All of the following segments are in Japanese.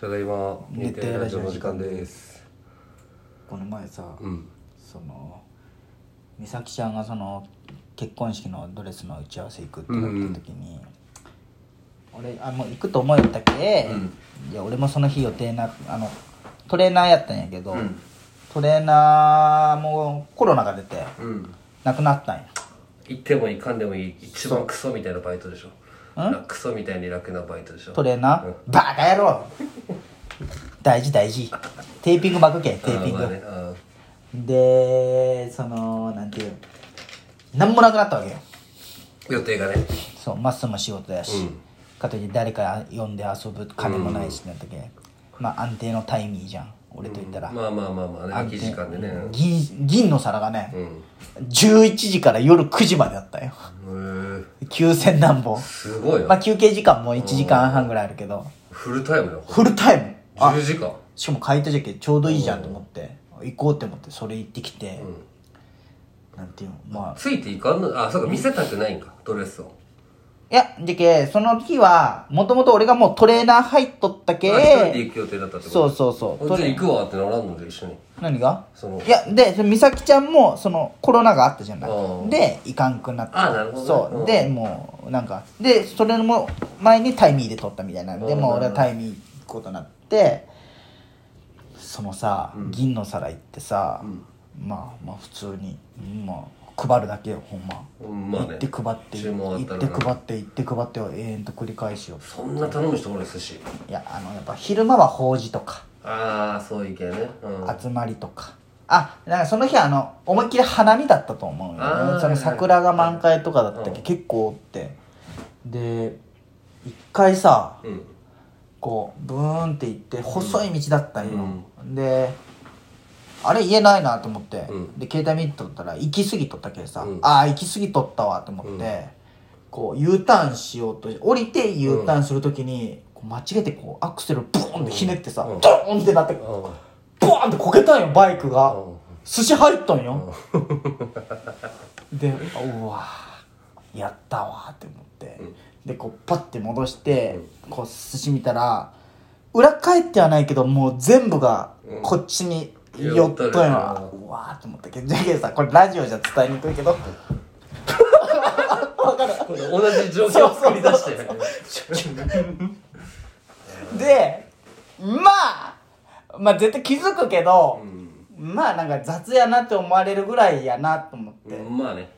ただいま寝熱帯てララジジオオのの時時間間でですこの前さ、うんその美咲ちゃんがその結婚式のドレスの打ち合わせ行くってなった時に、俺あもう行くと思いよったけ、いや俺もその日予定なあのトレーナーやったんやけど、うんトレーナーもコロナが出てうん亡くなったんや行ってもいいかんでもいい一番クソみたいなバイトでしょなクソみたいに楽なバイトでしょトレーナー、バカ野郎大事大事テーピング巻くけテーピング、あーまあねあでそのなんていう何もなくなったわけよー予定がねそうまっすも仕事やし、うんかといって誰か呼んで遊ぶ金もないしなったけ、まあ安定のタイミーじゃん俺と言ったら、まあまあまあまあね空安定き時間でね銀銀の皿がね、うん11時から夜9時まであったよ へえ9000何本すごいまあな休憩時間も1時間半ぐらいあるけどフルタイムよフルタイムあ10時間しかも買い手じゃけちょうどいいじゃんと思って行こうって思ってそれ行ってきて、なんていうのまあついていかんのあそうか見せたくないんかドレスをいや、じゃけ、その日は、もともと俺がもうトレーナー入っとったけ、あ一人で行く予定だったってことそうそうそう。ほトんじゃレ行くわってならんので一緒に何がそのいや、で、その美咲ちゃんも、その、コロナがあったじゃないうん。で、行かんくなって。あなるほどねそうう。んで、もう、なんか、で、それも、前にタイミーで撮ったみたいなんで、うんもう俺はタイミー行くことになって、そのさ、銀の皿行ってさ、まあまあ普通に、まあ、配るだけよ、ほんま。うんまあね行って配って、注文あっ行ったらて配って、行って配ってを永遠と繰り返しよう。そんな頼む人おる寿司いやあのやっぱ昼間は法事とか、ああそういう系ねうん集まりとかあなんかその日あの思いっきり花見だったと思うよ、あーね、その桜が満開とかだったけど、うん結構おってで一回さうんこうブーンって行って細い道だったんよ、であれ言えないなと思って、うんで携帯見てとったら行き過ぎとったけさ、うんああ行き過ぎとったわと思って、うんこう U ターンしようと降りて U ターンするときに、こう間違えてこうアクセルブーンってひねってさ、うんドーンってなってうんボーンってこけたんよバイクが、うん寿司入ったんよ、でうわーやったわーって思って、でこうパッて戻して、こう寿司見たら裏返ってはないけどもう全部がうんこっちに寄寄っっととるんよよ、うわーって思ったけどじゃけさこれラジオじゃ伝えにくいけどこれ同じ状況を作り出してでまあまあ絶対気づくけど、まあなんか雑やなって思われるぐらいやなと思って、うんまあね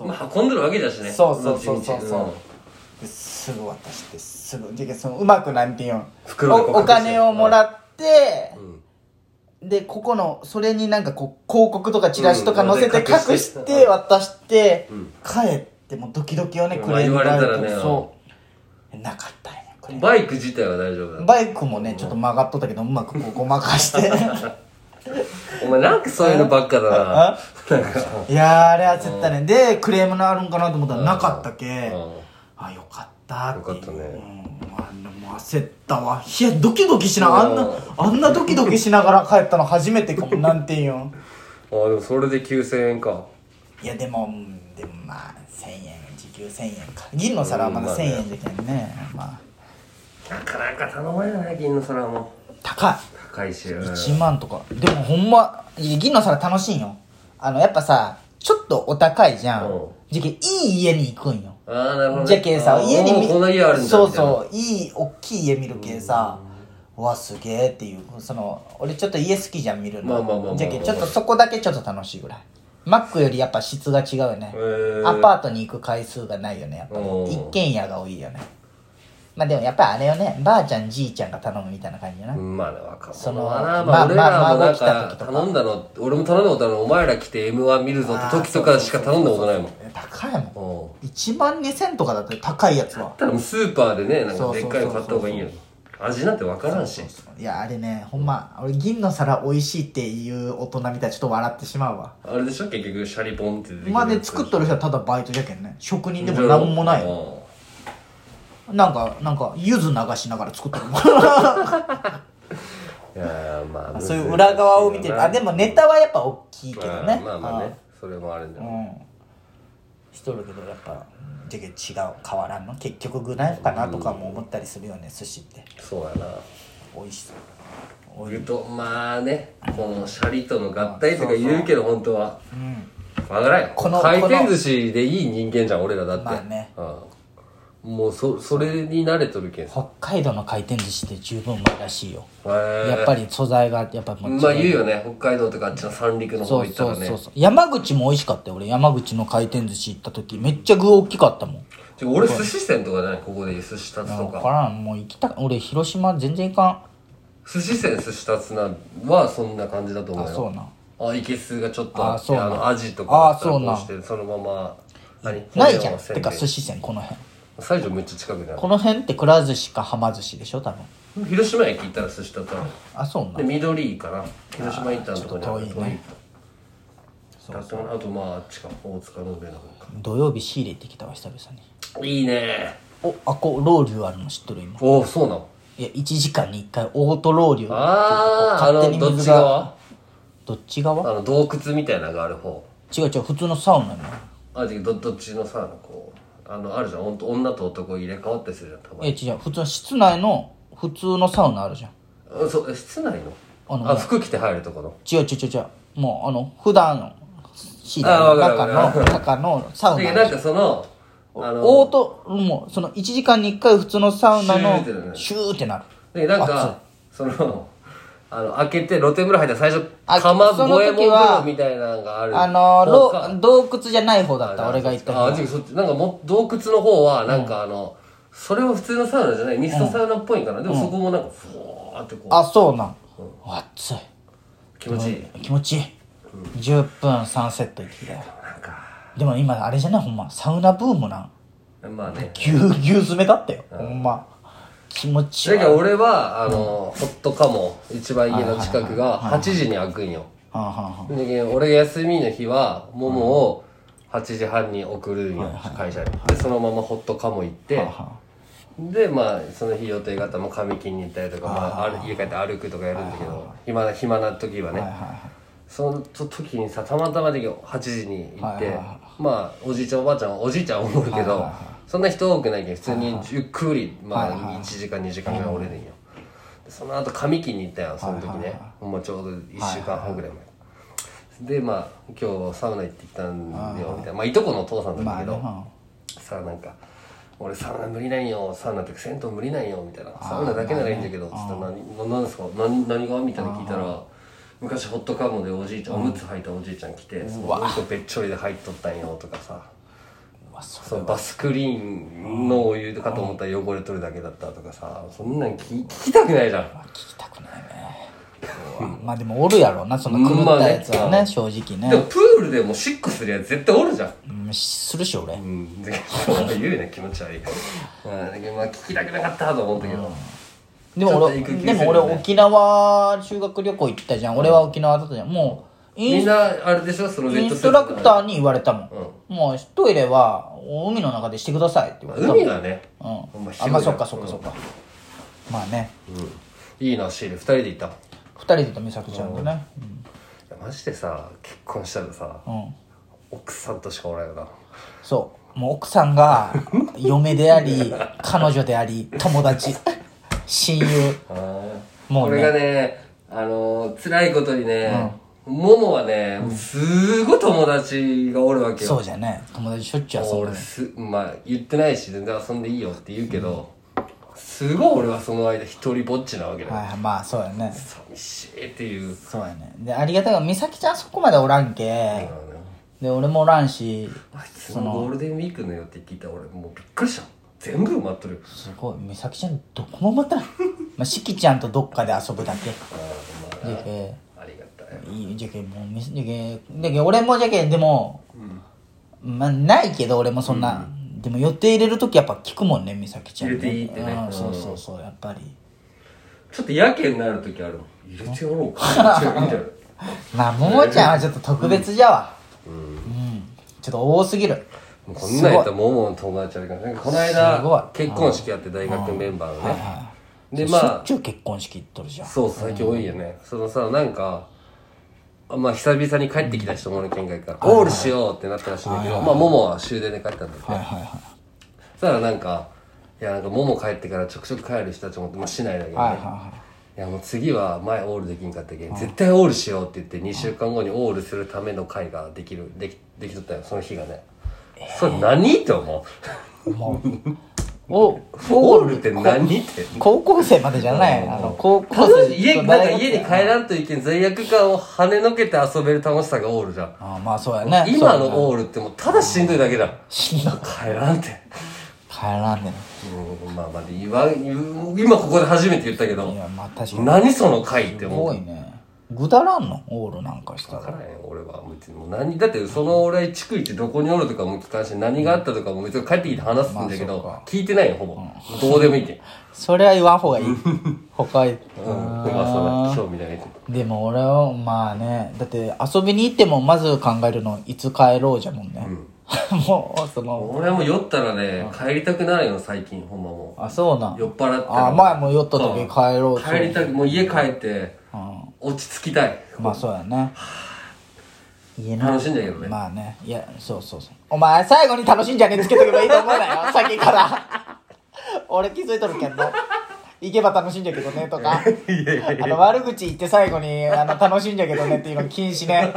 まあ運んでるわけだしねそうそうそうそう後そう々ですぐ渡してすぐでそのうまくなんていうん袋でこうおお隠して金をもらってう、んでここのそれになんかこう広告とかチラシとか載せてうんうん隠して渡して、うん帰ってもうドキドキをねうんクレームがあるまあ言われたらねとそうなかったんやこれバイク自体は大丈夫だバイクもねちょっと曲がっとったけどうまくこうごまかして お前なんかそういうのばっかだなあいやーあれ焦ったねでクレームのあるんかなと思ったらなかったけうんあよかったっていうよかったねうん、あのもう焦ったわいやドキドキしなあんうなんあんなドキドキしながら 帰ったの初めてかもなんて言うんあーでもそれで9000円かいやでもうんでもまあ1000円時給1000円か銀の皿はまだ1000円じゃけんねまあなかなか頼まれない銀の皿も高い高いし1万とかでもほんまいや銀の皿楽しいんよあのやっぱさちょっとお高いじゃうんんじゃけいい家に行くんよああなるほどねじゃけさあー家におーこんな家あるんだそううそういい大きい家見るけさうわすげえっていうその俺ちょっと家好きじゃん見るのまあまあまあまあじゃけちょっとそこだけちょっと楽しいぐらいマックよりやっぱ質が違うよねへーアパートに行く回数がないよねやっぱおーり一軒家が多いよねまあでもやっぱあれよねばあちゃんじいちゃんが頼むみたいな感じよな、うんまあね若そ者のはな、まあ、まあ俺らもなんまあ孫来たか時とか頼んだの俺も頼んだことあるのお前ら来て m 1見るぞって時とかしか頼んだことないもんえ高いもんうん1万2000とかだって高いやつは多分スーパーでねなんかそうそでうっそかうそういの買った方がいいよ味なんて分からんしいやあれねほんま俺銀の皿美味しいっていう大人みたいでちょっと笑ってしまうわあれでしょ結局シャリポンって出てくるまあね作っとる人はただバイトじゃけんね職人でもなんもないうんなんかなんか柚子流しながら作ってる もんいやーまあそういう裏側を見てるあでもネタはやっぱ大きいけどねまあまあねそれもあるんじゃうないんしとるけどやっぱじゃけん違う変わらんの結局具なんかなとかも思ったりするよね寿司ってそうやな美味しそう具とまあねこのシャリとの合体とか言うけど本当はわからんよこの回転寿司でいい人間じゃん俺らだってまあねうんもうそそれに慣れとるけんさ北海道の回転寿司って十分うまいらしいよへーやっぱり素材がやっぱもうまあ言うよね北海道とかあっちの三陸のそ方う行ったそうらそうねそう山口も美味しかったよ俺山口の回転寿司行った時めっちゃ具大きかったもんちょ俺寿司店とかじゃないここで言う寿司立つと分かからんもう行きた俺広島全然行か寿司店寿司立つなはそんな感じだとん思あうよそうなあ、いけすがちょっとああって、そうなあんの、アジとかあだったらそうなこんうして、そのまま、何ないじゃん骨をてかせ寿べい司船この辺西条めっちゃ近くじゃこの辺ってくら寿司かはま寿司でしょ多分ん。広島駅行ったら寿司だったのあそうで、な緑いかな。広島行ったのとこにあるちょっと遠いね遠いだったかなあと、まあ、あっちか。大塚の上の方か。土曜日仕入れてきたわ久々にいいねおあこロウリュあるの知っとる今おお、そうなの。いや1時間に1回オートロウリュあー、あ勝の、手にどっち水が側どっちあ側の、洞窟みたいなのがある方。違う違う普通のサウナのあ、じゃあど、どっちのさ、こう、あの、あるじゃん。ほんと女と男入れ替わったりするじゃん、たまえに。違う普通の室内の普通のサウナあるじゃんあそう、え室内のあのあ、服着て入るところ。違う違う違う違うもうあの普段のシーあダーわかるのわか中の中のサウだナけどあなんるじゃんかその、あの、オートもうその1時間に1回普通のサウナシューってなのるシューってなるでなん熱いか、その、あの、開けて露天風呂入ったら最初、あ釜その時五右衛門は風呂みたいなのがある。あの方かろ洞窟じゃない方だった俺が言ったのあ、じゃあそっち、なんかも、洞窟の方は、なんかあの、それは普通のサウナじゃない、ミストサウナっぽいんかな。でもそこもなんか、ふわーってこあそうなん暑いう、気持ちいい。気持ちいい、10分3セットいってきたよなんか、でも今あれじゃないほんまサウナブームなんまあね。ぎゅうぎゅう詰めだったよ、ほんま気持ちいだいけど俺は、あの、ホットカモ、一番家の近くが、8時に開くんよ。はんはんはんで俺が休みの日はももを8時半に送るんよ会社にでそのままホットカモ行ってはでまあその日予定があったらもう髪切りに行ったりとか、まあ、ある家帰って歩くとかやるんだけど暇な暇な時はね、はいはその時にさたまたまで8時に行って、はいはいはいまあおじいちゃんおばあちゃんおじいちゃんはおるけど、はいはいはそんな人多くないけど普通にゆっくり、はいはいまあ1時間2時間ぐらいおれるんよ、でその後髪切りに行ったよその時ね、もうちょうど1週間半ぐらい前、でまあ今日サウナ行ってきたんよみたいな、まあいとこのお父さんいだっまたあけねど、はさあなんか「俺サウナ無理なんよサウナってか銭湯無理なんよ」みたいな「サウナだけならいいんだけど」つったら「何何ですか何何が?」みたいな聞いたら昔ホットカモでおじいちゃんおむつ履いたおじいちゃん来てそのうんこべっちょりで入っとったんよとかさんうわそそのバスクリーンのお湯かと思ったら汚れとるだけだったとかさそんなん聞聞きたくないじゃん聞きたくないねうわまあでもおるやろなその狂ったやつはまあねね正直でもね、プールでもシックするやつ絶対おるじゃんうん、するし俺、うんで 言うね気持ち悪いうんだけどまあ聞きたくなかったと思ったけどでも俺、ちょっと育休でも俺するよね沖縄修学旅行行ったじゃん俺は沖縄だったじゃんもうイみんンなあれでしょそのインスースツトラクターに言われたもん、うもうトイレは海の中でしてくださいって言われたもん海がね、うほんんま広いあなまあそっかそっかそっか、まあねいいなシール2人で行ったい2人でと美咲ちゃんでねやマジでさ結婚したらさ、うん、うん奥さんとしかおらんよなそうもう奥さんが嫁であ り彼女であり友達親友もこうねれがねあのー辛いことにね、ももはねすごい友達がおるわけよそうじゃね友達しょっちゅう遊ぶ俺すまあ言ってないし全然遊んでいいよって言うけど、すごい俺はその間一人ぼっちなわけだよ、はいはいまあそうやね寂しいっていうそうやねでありがたいが美咲ちゃんそこまでおらんけ、で俺もおらんしあいつのゴールデンウィークの予定聞いたら俺もうびっくりした全部埋まっとるよすごい美咲ちゃんどこもまた まあしきちゃんとどっかで遊ぶだけあーまじゃけあありがたいいいじゃけもうみじゃけじゃけ俺もじゃけでも、まあないけど俺もそんな、でも予定入れる時やっぱ聞くもんね美咲ちゃん入れていいってねうんうんそうそうそうやっぱりちょっとやけになる時あるもん入れてやろう かみたいなまあももちゃんはちょっと特別じゃわうん、ちょっと多すぎるもうこんなんやったらももの友達あるからなんかこのすごい間結婚式やって大学メンバーのねでましょっあちゅう結婚式行っとるじゃんそう最近多いよねそのさなんかあまあ久々に帰ってきた人もの県外からオールしようってなったらしいんだけどまあももは終電で帰ったんだってはいはいはいそしたらなんかいやなんかもも帰ってからちょくちょく帰る人たちも、まあ、市内だけどね、はいはいはいいやもう次は前オールできんかったけん絶対オールしようって言って2週間後にオールするための会ができるできできとったよその日がねそれ何って思もうおうオールって何って高校生までじゃない、あの高校楽生しい家となん大か学生家に帰らんといけん罪悪感を跳ねのけて遊べる楽しさがオールじゃんああまあそうやね今そうやねのオールってもうただしんどいだけだしんどい帰らんって帰らんでねうんまあまあ言わ言う今ここで初めて言ったけいどやまあ確かに何その会ってす思うごいねぐだらんのオールなんかしたわかららへん俺は別にもう何だってその俺地区行ってどこにおるとかも聞かんし何があったとかも別に帰ってきて話すんだけど、まあそう聞いてないよほぼ、どうでもいいってそれは言わん 方がいい他へうんまあそうだ今日みたいにでも俺はまあねだって遊びに行ってもまず考えるのいつ帰ろうじゃもんね、 もうその俺はもう酔ったらね帰りたくなるよ最近ほんまもあそうなう酔っ払ってあ前も酔った時帰ろうと帰りたくもう家帰ってうん落ち着きたいまあそうやね家の楽しいんだけどね、まあねいやそうそうそうお前最後に楽しんじゃねえつけとけばいいと思うな よ先から俺気づいとるけんど行けば楽しいんじゃけどね とかあの悪口言って最後にあの楽しいんじゃけどねっていうの禁 止ね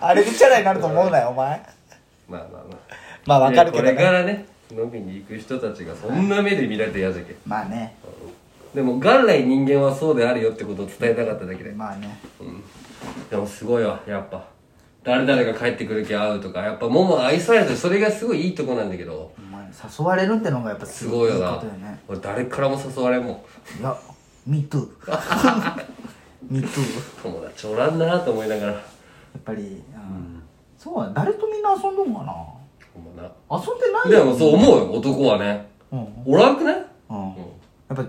あれでチャラになると思うなよお前まあまあまあまあわかるけいやどこれかねらね飲みに行く人たちがそんな目で見られて嫌じゃけんまあねでも元来人間はそうであるよってことを伝えたかっただけでまあねでもすごいわやっぱ誰々が帰ってくる気合うとかやっぱもも愛されてそれがすごいいいとこなんだけどお前誘われるってのがやっぱすごいよこなとよね俺誰からも誘われんもんいや MeToo MeToo 友達おらんなと思いながらやっぱり、うんそうや誰とみんな遊んどんかなほんまな遊んでないでよもそう思うよ男はねうんおらんくないうん、やっぱ